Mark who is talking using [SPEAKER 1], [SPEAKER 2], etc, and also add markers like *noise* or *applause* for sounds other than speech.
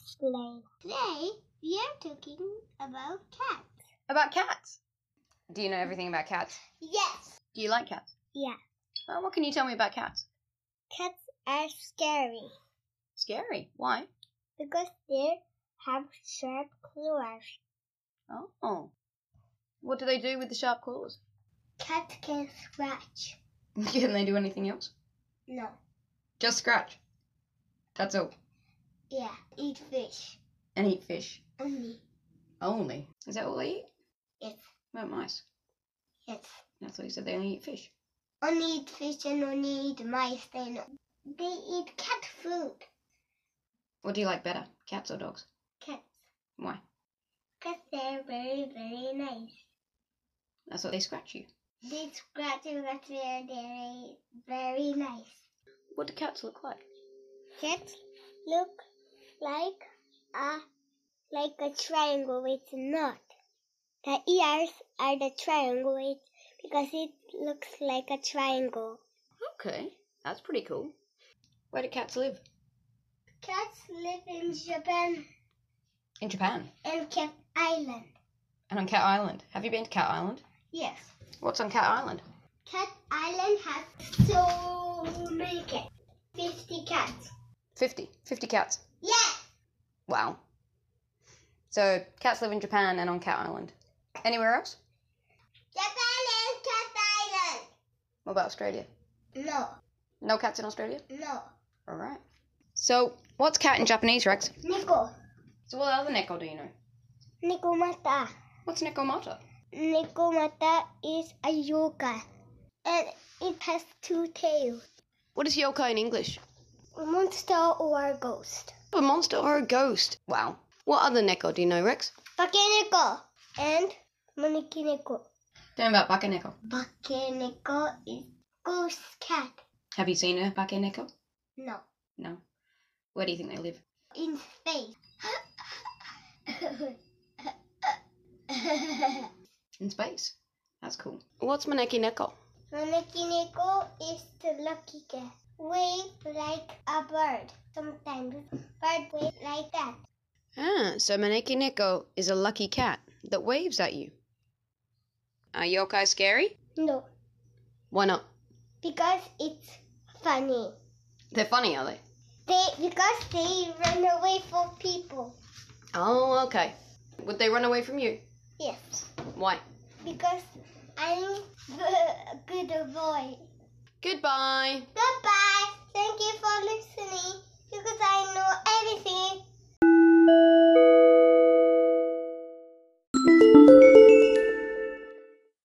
[SPEAKER 1] explain. Today, we are talking about cats.
[SPEAKER 2] About cats. Do you know everything about cats?
[SPEAKER 1] Yes.
[SPEAKER 2] Do you like cats?
[SPEAKER 1] Yeah.
[SPEAKER 2] Well, what can you tell me about cats?
[SPEAKER 1] Cats are scary
[SPEAKER 2] Scary. Why?
[SPEAKER 1] because they have sharp claws.
[SPEAKER 2] Oh. What do they do with the sharp claws?
[SPEAKER 1] Cats can scratch.
[SPEAKER 2] *laughs* can they do anything else?
[SPEAKER 1] No.
[SPEAKER 2] Just scratch. That's all.
[SPEAKER 1] Yeah. Eat fish.
[SPEAKER 2] And eat fish.
[SPEAKER 1] Only.
[SPEAKER 2] Only. Is that all they eat?
[SPEAKER 1] Yes.
[SPEAKER 2] What about mice?
[SPEAKER 1] Yes.
[SPEAKER 2] I thought you said they only eat fish.
[SPEAKER 1] Only eat fish and only eat mice. They know. They eat cat food.
[SPEAKER 2] What do you like better, cats or dogs?
[SPEAKER 1] Cats.
[SPEAKER 2] Why?
[SPEAKER 1] Cats they're very very nice.
[SPEAKER 2] That's what they scratch you.
[SPEAKER 1] They scratch and scratch. They're very very nice.
[SPEAKER 2] What do cats look like?
[SPEAKER 1] Cats look like a like a triangle. It's not. The ears are the triangle. It's because it looks like a triangle.
[SPEAKER 2] Okay, that's pretty cool. Where do cats live?
[SPEAKER 1] Cats live in Japan
[SPEAKER 2] In Japan.
[SPEAKER 1] and Cat Island.
[SPEAKER 2] And on Cat Island. Have you been to Cat Island?
[SPEAKER 1] Yes.
[SPEAKER 2] What's on Cat Island?
[SPEAKER 1] Cat Island has so many cats. 50 cats.
[SPEAKER 2] 50. 50 cats.
[SPEAKER 1] Yes!
[SPEAKER 2] Wow. So, cats live in Japan and on Cat Island. Anywhere else?
[SPEAKER 1] Japan is Cat Island!
[SPEAKER 2] What about Australia?
[SPEAKER 1] No,
[SPEAKER 2] No cats in Australia?
[SPEAKER 1] no.
[SPEAKER 2] Alright. So, what's cat in Japanese, Rex?
[SPEAKER 1] Nico.
[SPEAKER 2] So, what other neko do you know?
[SPEAKER 1] Nico Mata.
[SPEAKER 2] What's neko mata?
[SPEAKER 1] Nico Mata is a yoga and it has two tails
[SPEAKER 2] What is yokai in English?
[SPEAKER 1] a monster or a ghost.
[SPEAKER 2] A monster or a ghost? Wow. What other neko do you know, Rex?
[SPEAKER 1] Bakeneko and Manikineko.
[SPEAKER 2] Tell me about bakeneko.
[SPEAKER 1] Bakeneko is ghost cat.
[SPEAKER 2] Have you seen a bakeneko?
[SPEAKER 1] No,
[SPEAKER 2] No. Where do you think they live?
[SPEAKER 1] in *laughs* space.
[SPEAKER 2] In space. That's cool. What's maneki neko?
[SPEAKER 1] Manekineko is the lucky cat. Wave like a bird sometimes. Bird wave like that.
[SPEAKER 2] Ah, so maneki neko is a lucky cat that waves at you. Are yokai scary?
[SPEAKER 1] No,
[SPEAKER 2] Why not?
[SPEAKER 1] because it's funny.
[SPEAKER 2] They're funny, are they?
[SPEAKER 1] They because they run away from people.
[SPEAKER 2] Oh, okay. Would they run away from you?
[SPEAKER 1] Yes,
[SPEAKER 2] Why?
[SPEAKER 1] because I'm *laughs* a good boy.
[SPEAKER 2] Goodbye.
[SPEAKER 1] Goodbye.